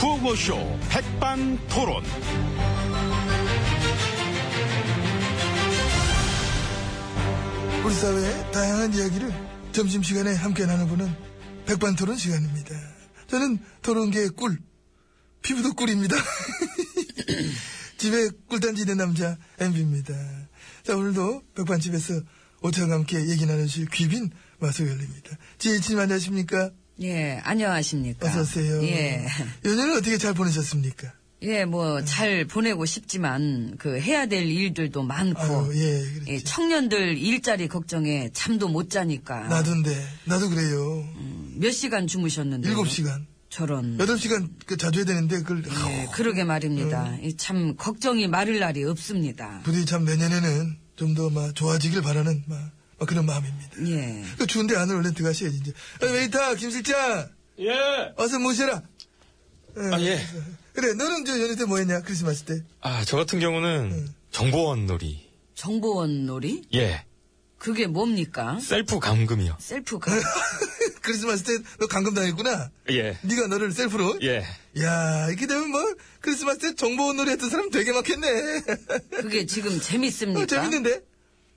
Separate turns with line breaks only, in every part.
구호쇼 백반토론.
우리 사회의 다양한 이야기를 점심시간에 함께 나눠보는 백반토론 시간입니다. 저는 토론계의 꿀, 피부도 꿀입니다. 집에 꿀단지 있는 남자 MB입니다. 자 오늘도 백반집에서 오차과 함께 얘기 나누실 귀빈 마소열입니다. 지혜진 안녕하십니까?
예, 안녕하십니까.
어서오세요.
예.
연휴는 어떻게 잘 보내셨습니까?
예, 뭐, 잘 보내고 싶지만, 그, 해야 될 일들도 많고,
아유, 예, 그렇지.
예, 청년들 일자리 걱정에 잠도 못 자니까.
나도인데, 나도 그래요.
음, 몇 시간 주무셨는데.
일곱 시간
저런.
여덟 시간 자주 해야 되는데, 그걸,
예, 그러게
어.
말입니다. 이참 걱정이 마를 날이 없습니다.
부디 참 내년에는 좀 더 막 좋아지길 바라는 막, 막 그런 마음입니다.
예.
그 추운데 안으로 얼른 들어가셔야지 이제. 어, 웨이터 김실장
예.
어서 모셔라.
아, 예.
그래 너는 저 연휴 때 뭐했냐 크리스마스 때?
아, 저 같은 경우는
음.
정보원 놀이.
정보원 놀이?
예.
그게 뭡니까?
셀프 감금이요.
셀프가.
크리스마스 때 너 감금 당했구나.
예.
네가 너를 셀프로.
예.
야 이렇게 되면 뭐 크리스마스 때 정보 놀이 했던 사람 되게 많겠네.
그게 지금 재밌습니까?
어, 재밌는데?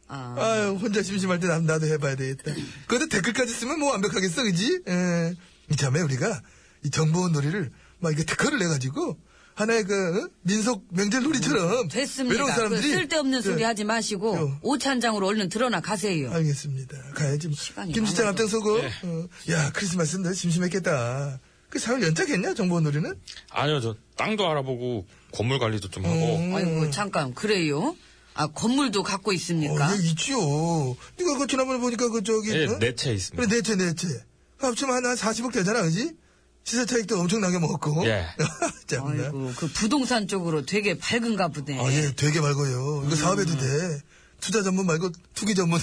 아,
아유 혼자 심심할 때 남- 나도 해봐야 되겠다. 그것도 댓글까지 쓰면 뭐 완벽하겠어, 그지? 예. 이참에 우리가 이 정보 놀이를 막 이게 특허를 내가지고 하나의 그 어? 민속 명절 놀이처럼 외로운
됐습니다. 그
사람들이
쓸데없는 소리
예.
하지 마시고,
요.
오찬장으로 얼른 들어나 가세요.
알겠습니다. 가야지. 뭐.
시간이
김실장
많아서.
앞장서고.
네.
어, 야 크리스마스는 너 심심했겠다. 그 사흘 연착했냐 정보 놀이는?
아니요, 저 땅도 알아보고 건물 관리도 좀 하고.
음.
아이고 잠깐 그래요? 아 건물도 갖고 있습니까?
어, 예, 있지요. 네가 그 지난번에 보니까 그 저기
예,
어?
네 채
그래,
있습니다.
네 채, 네 채. 합치면 한, 한 40억 되잖아, 그지? 시세 차익도 엄청나게 먹었고.
예.
짬나.
아이고 그 부동산 쪽으로 되게 밝은가 보네.
아, 예, 되게 말고요.
음.
이거 사업해도 돼. 투자 전문 말고 투기 전문.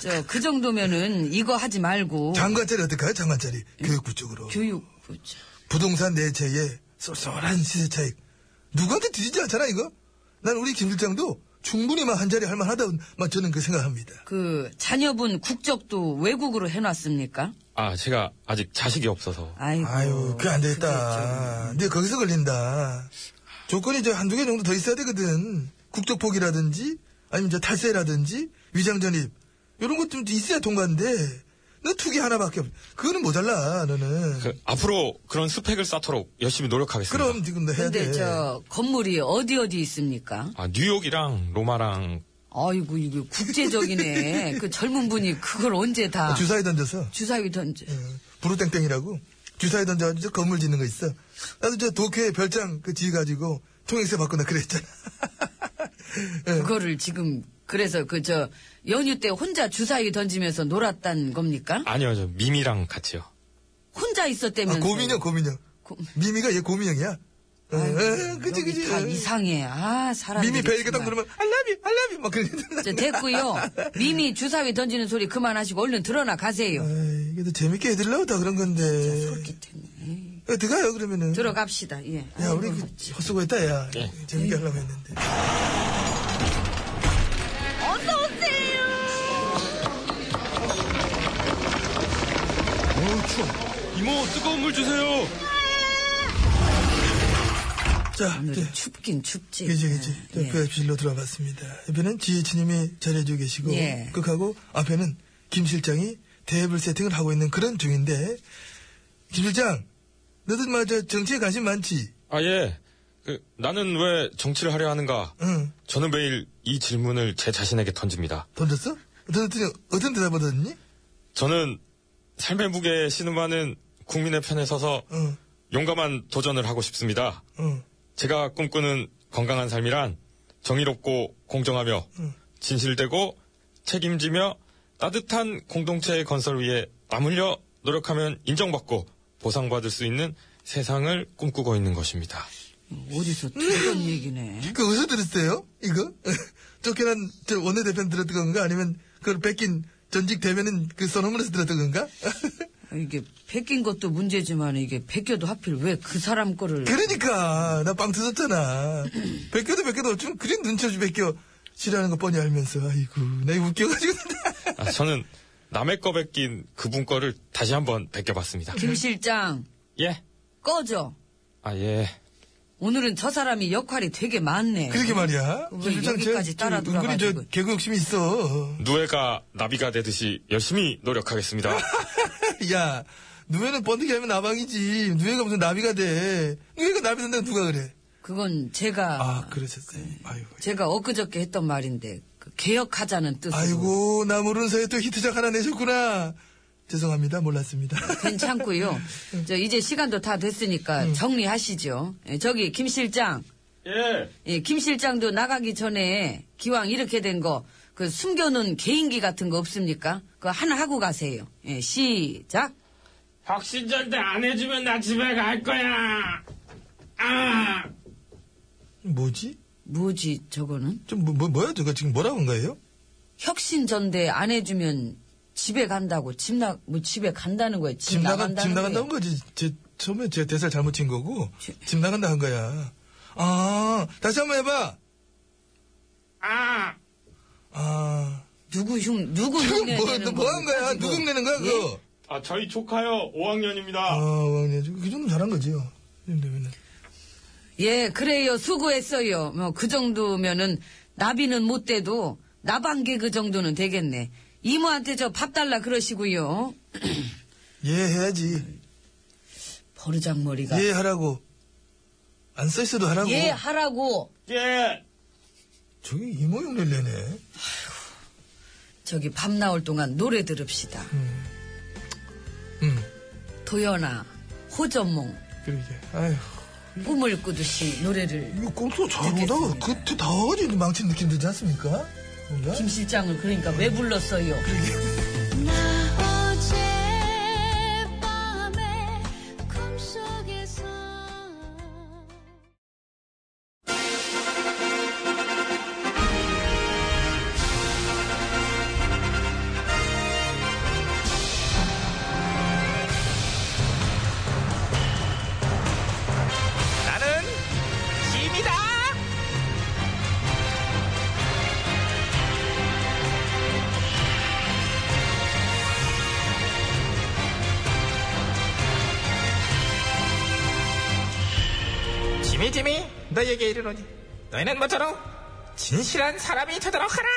저 그 정도면은 이거 하지 말고
장관짜리 어떨까요, 장관짜리? 교육부 쪽으로.
교육 그렇죠.
부동산 네 채에 쏠쏠한 시세 차익. 누구한테 뒤지지 않잖아, 이거? 난 우리 김 실장도 충분히 막 한 자리 할 만하다, 막 저는 그 생각합니다.
그 자녀분 국적도 외국으로 해놨습니까?
아, 제가 아직 자식이 없어서.
아이고
아유, 그게 안 되겠다. 근데 거기서 걸린다. 조건이 저 한두 개 정도 더 있어야 되거든. 국적 포기라든지, 아니면 저 탈세라든지, 위장 전입. 요런 것 좀 있어야 동가인데, 너 투기 하나밖에 없. 그거는 모자라, 너는.
그, 앞으로 그런 스펙을 쌓도록 열심히 노력하겠습니다.
그럼 지금 너 해야
근데
돼.
저 건물이 어디 어디 있습니까?
아, 뉴욕이랑 로마랑.
아이고 이게 국제적이네. 그 젊은 분이 그걸 언제 다
어, 주사위 던져서.
주사위 던져.
어, 부루땡땡이라고. 주사위 던져가지고 저 건물 짓는 거 있어. 나도 저 도쿄에 별장 그 지어가지고 통행세 받거나 그랬잖아. 예.
그거를 지금 그래서 그 저 연휴 때 혼자 주사위 던지면서 놀았단 겁니까?
아니요, 저 미미랑 같이요.
혼자 있었다면서
아, 고민형, 고민형.
음, 고- 음.
미미가 얘 고민형이야. 어, 어,
아이고,
그치,
여기
그치. 어,
다 이상해. 아 사람
미미 벨 이렇게 딱 누르면, 알라비, 알라비, 막 그러는데.
네, 됐고요. 미미 주사위 던지는 소리 그만하시고 얼른 드러나 가세요.
에이, 이게 또 재밌게 해드리려고 다 그런 건데.
그렇겠네.
어떡해요, 그러면은.
들어갑시다. 예.
야,
아이고,
우리 그,
맞지.
헛수고했다, 야.
네.
재밌게 하려고 했는데.
어우, 추워. 이모, 뜨거운 물 주세요!
자, 이제.
오늘 춥긴 춥지.
그지, 그지.
예.
자, VIP실로 들어봤습니다. 옆에는 지혜치님이 자리해주고 계시고,
예.
끝하고 앞에는 김 실장이 대회불 세팅을 하고 있는 그런 중인데, 김 실장, 너도 맞아 정치에 관심 많지?
아, 예. 그, 나는 왜 정치를 하려 하는가?
응.
저는 매일 이 질문을 제 자신에게 던집니다.
던졌어? 던졌더니 어떤 대답 얻었니?
저는 삶의 무게에 신음하는 국민의 편에 서서
응,
용감한 도전을 하고 싶습니다.
응.
제가 꿈꾸는 건강한 삶이란 정의롭고 공정하며 진실되고 책임지며 따뜻한 공동체의 건설 위해 땀 흘려 노력하면 인정받고 보상받을 수 있는 세상을 꿈꾸고 있는 것입니다.
어디서 들은 얘기네.
그 어디서 들었어요? 이거? 쫓겨난 저 원내대표는 들었던 건가? 아니면 그걸 뺏긴 전직 대변인 그 선호문에서 들었던 건가?
이게 베낀 것도 문제지만 이게 베껴도 하필 왜 그 사람 거를
그러니까 나 빵 터졌잖아. 뺏겨도 뺏겨도 어쩌면 그리 눈치 없이 뺏겨. 싫어하는 거 뻔히 알면서 아이고 나 이거 웃겨가지고
아, 저는 남의 거 뺏긴 그분
음.
거를 다시 한번 베껴봤습니다.
김 실장
예?
꺼져.
아, 예.
오늘은 저 사람이 역할이 되게 많네.
그러게 말이야.
왜
김실장
여기까지 따라
은근히 저
돌아가지고.
개그 욕심이 있어.
누에가 나비가 되듯이 열심히 노력하겠습니다.
야, 누에는 번데기 하면 나방이지. 누에가 무슨 나비가 돼. 누에가 나비 된다고 누가 그래.
그건 제가
아, 그러셨어요.
네.
아이고.
제가 엊그저께 했던 말인데 그 개혁하자는 뜻으로
아이고, 나 모르는 사이에 또 히트작 하나 내셨구나. 죄송합니다. 몰랐습니다.
괜찮고요. 저 이제 시간도 다 됐으니까
음.
정리하시죠. 예, 저기 김 실장,
예.
예, 김 실장도 나가기 전에 기왕 이렇게 된 거 그 숨겨놓은 개인기 같은 거 없습니까? 그거 하나 하고 가세요. 예, 시작.
확신전대 안 해주면 나 집에 갈 거야. 아.
뭐지?
뭐지 저거는?
좀, 뭐, 뭐, 야 저거 지금 뭐라고 한 거예요?
혁신 전대 안 해주면 집에 간다고 집나 뭐 집에 간다는 거예요. 집,
집 나간,
나간다는
집 나간다 한
거예요.
거지. 제, 처음에 제가 대사를 잘못 친 거고,
제-
집 나간다 한 거야. 아, 다시 한번 해봐.
아.
아,
누구 흉 누구
지금
흉내
뭐,
내는
뭐 한 거야?
지금? 예?
누구 내는 거야, 그거?
아, 저희 조카요. 5학년입니다.
아, 왕래 그 정도 잘한 거지요. 이 정도면은.
예 그래요 수고했어요. 뭐 그 정도면은 나비는 못 돼도 나방개 그 정도는 되겠네. 이모한테 저 밥 달라 그러시고요.
예, 해야지.
버르장머리가
예, 하라고. 안 써있어도 하라고.
네. 예 하라고
예.
저기 이모 용내를 내네.
저기 밥 나올 동안 노래 들읍시다.
음,
도연아 호전몽
그러게. 아휴.
꿈을 꾸듯이 노래를
이거 꼼수 잘 오다가
듣겠습니다.
그때 다 어디 망친 느낌 들지 않습니까? 뭔가?
김 실장을 그러니까 왜 불렀어요?
나 어젯밤에 꿈속에서
나는 짐이다. 짐이 짐이 너에게 이르노니 너희는 모쪼록 진실한 사람이 되도록 하라.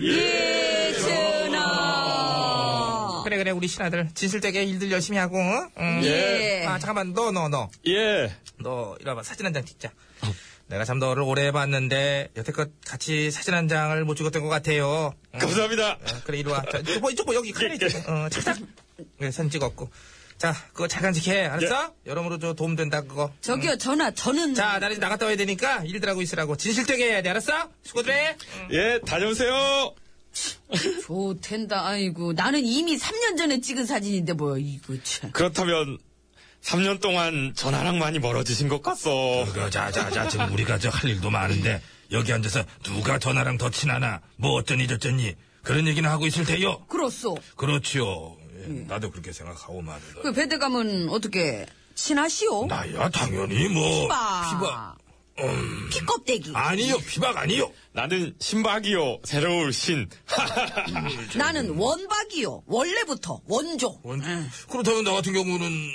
예준아
그래 그래 우리 신하들 진실되게 일들 열심히 하고. 응? 응.
예.
아 잠깐만 너 너, 너.
예.
너 이러봐 사진 한 장 찍자.
어.
내가 참 너를 오래 봤는데 여태껏 같이 사진 한 장을 못 찍었던 것 같아요. 응.
감사합니다.
어, 그래 이리 와. 자, 이쪽 봐 이쪽 봐 여기 카메라
예,
있잖아. 어, 착착. 그래 사진 찍었고. 자 그거 잘 간직해 알았어?
예.
여러모로 저 도움 된다 그거.
저기요 전화 저는
자 나는 이제 나갔다 와야 되니까 일들 하고 있으라고 진실되게 해야 돼 알았어? 수고들 해.
예, 다녀오세요.
좋텐다 아이고 나는 이미 3년 전에 찍은 사진인데 뭐 이거 참
그렇다면 3년 동안 전화랑 많이 멀어지신 것 같소.
그, 자자자 지금 우리가 저 할 일도 많은데 여기 앉아서 누가 전화랑 더 친하나 뭐 어쩌니 저쩌니 그런 얘기는 하고 있을 테요.
그렇소
그렇지요. 예, 나도 그렇게 생각하고 말이다.
그 배드감은 어떻게 친하시오?
나야 당연히 뭐
피박 피껍데기
아니요 피박 아니요.
나는 신박이요. 새로울 신.
나는 원박이요 원래부터 원조
원-
응.
그렇다면 나 같은 경우는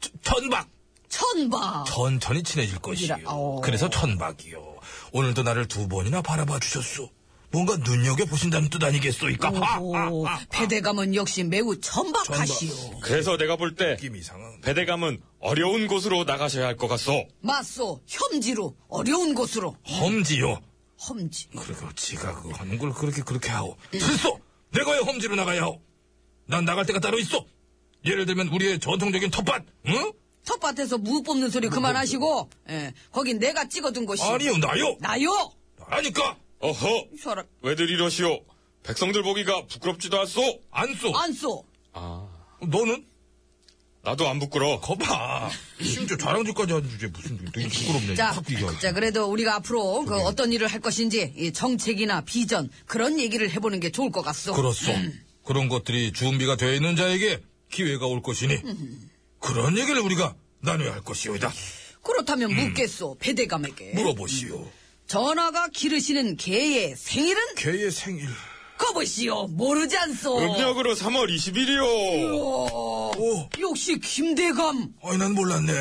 천- 천박
천박
천천히 친해질
이라- 어.
것이요. 그래서 천박이요. 오늘도 나를 두 번이나 바라봐 주셨소. 뭔가 눈여겨 보신다는 뜻 아니겠소이까? 아, 아,
오,
아, 아.
배대감은 역시 매우 천박하시오
그래서 내가 볼 때
느낌 이상한.
배대감은 어려운 곳으로 나가셔야 할 것 같소.
맞소 현지로 어려운 곳으로
아. 험지요.
험지
그리고 지가 그거 하는 걸 그렇게 그렇게 하오. 틀소! 내가 왜 험지로 나가야 하오? 난 나갈 데가 따로 있어. 예를 들면 우리의 전통적인 텃밭, 응?
텃밭에서 무 뽑는 소리 그만하시고, 예, 거긴 내가 찍어둔 곳이.
아니요, 나요.
나요?
나라니까.
어허.
이 사람,
왜들 이러시오? 백성들 보기가 부끄럽지도 않소.
안 쏘.
안 쏘.
아.
너는?
나도 안 부끄러워.
거봐. 심지어 자랑질까지 하는 주제에 무슨 되게 부끄럽네.
자,
확 이거.
자, 그래도 우리가 앞으로 그 어떤 일을 할 것인지, 이 정책이나 비전, 그런 얘기를 해보는 게 좋을 것 같소.
그렇소.
음.
그런 것들이 준비가 되어 있는 자에게 기회가 올 것이니.
음.
그런 얘기를 우리가 나눠야 할 것이오이다.
다면 묻겠소, 배대감에게.
음. 물어보시오.
전화가 기르시는 개의 생일은
걔의 생일.
거보시오. 모르지
어.
않소.
음력으로 3월 20일이요.
오,
오,
역시 김대감.
아이 난 몰랐네.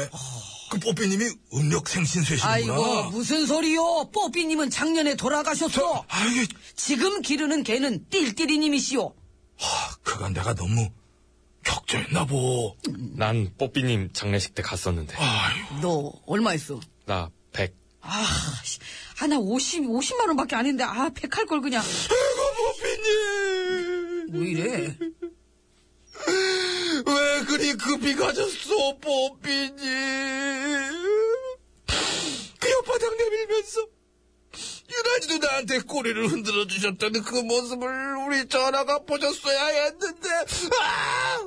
그 뽀삐님이 음력 생신쇠시구나.
아이고 무슨 소리요? 뽀삐님은 작년에 돌아가셨어.
아이,
지금 기르는 개는 띨띠리님이시오.
아, 그간 내가 너무 격조했나 보.
난 뽀삐님 장례식 때 갔었는데.
아이고,
너 얼마 했어?
나 100.
아, 씨. 아, 나 50, 50만 원밖에 안 했는데, 아, 100 할 걸 그냥.
뽀삐님
뭐 이래?
왜 그리 급이 가졌어, 뽀삐님. 그 옆바닥 내밀면서 유난히도 나한테 꼬리를 흔들어 주셨다는 그 모습을 우리 전화가 보셨어야 했는데. 아!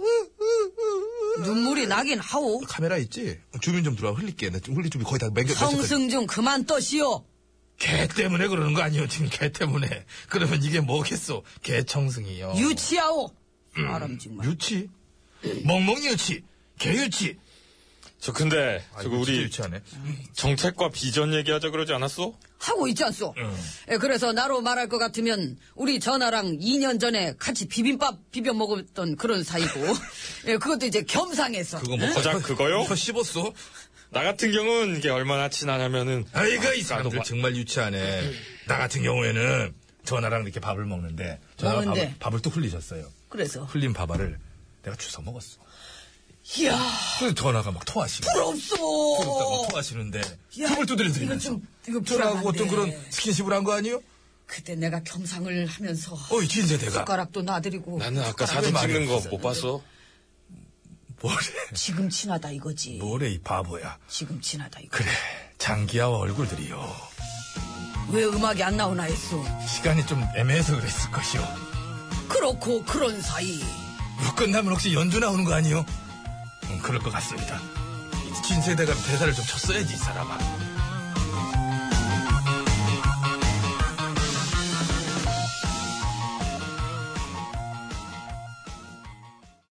눈물이 나긴 하오.
카메라 있지? 주민 좀 들어와 흘릴게. 나 지금 흘리 좀 거의 다 맹겨.
성승 좀 그만 떠시오.
개 때문에 그러는 거 아니에요, 지금 개 때문에. 그러면 이게 뭐겠어? 개청승이요.
유치하오. 사람 정말.
유치? 멍멍이 유치? 개 유치?
저 근데
아,
저거
이거 진짜
우리
유치하네.
정책과 비전 얘기하자 그러지 않았어?
하고 있지 않소? 예, 그래서 나로 말할 것 같으면 우리 전화랑 2년 전에 같이 비빔밥 비벼 먹었던 그런 사이고 예, 그것도 이제 겸상해서
뭐
거작 네? 그거요?
혀 씹었어?
나 같은 경우는 이게 얼마나 친하냐면은
아이가 이 사람들
나도
정말 유치하네. 나 같은 경우에는 전화랑 이렇게 밥을 먹는데 전화가
먹는데.
밥을, 밥을 또 흘리셨어요.
그래서
흘린 밥알을 내가 주워 먹었어.
이야
그래서 전화가 막 토하시고. 그러니까
부럽소
막 토하시는데
야,
그걸
이건
두드려드리면서.
좀 이거
전화하고
불안한데.
어떤 그런 스킨십을 한 거 아니에요?
그때 내가 겸상을 하면서
어이, 진세대가.
숟가락도 놔드리고
나는 아까
숟가락을
사진 찍는
많이
거
없었어요.
못 봤어.
뭐래.
지금 친하다 이거지
뭐래 이 바보야.
지금 친하다 이거
그래 장기하와 얼굴들이요.
왜 음악이 안 나오나 했소
시간이 좀 애매해서 그랬을 것이오.
그렇고 그런 사이
뭐 끝나면 혹시 연주 나오는 거 아니요? 음, 그럴 것 같습니다. 진세대가 대사를 좀 쳤어야지 이 사람아.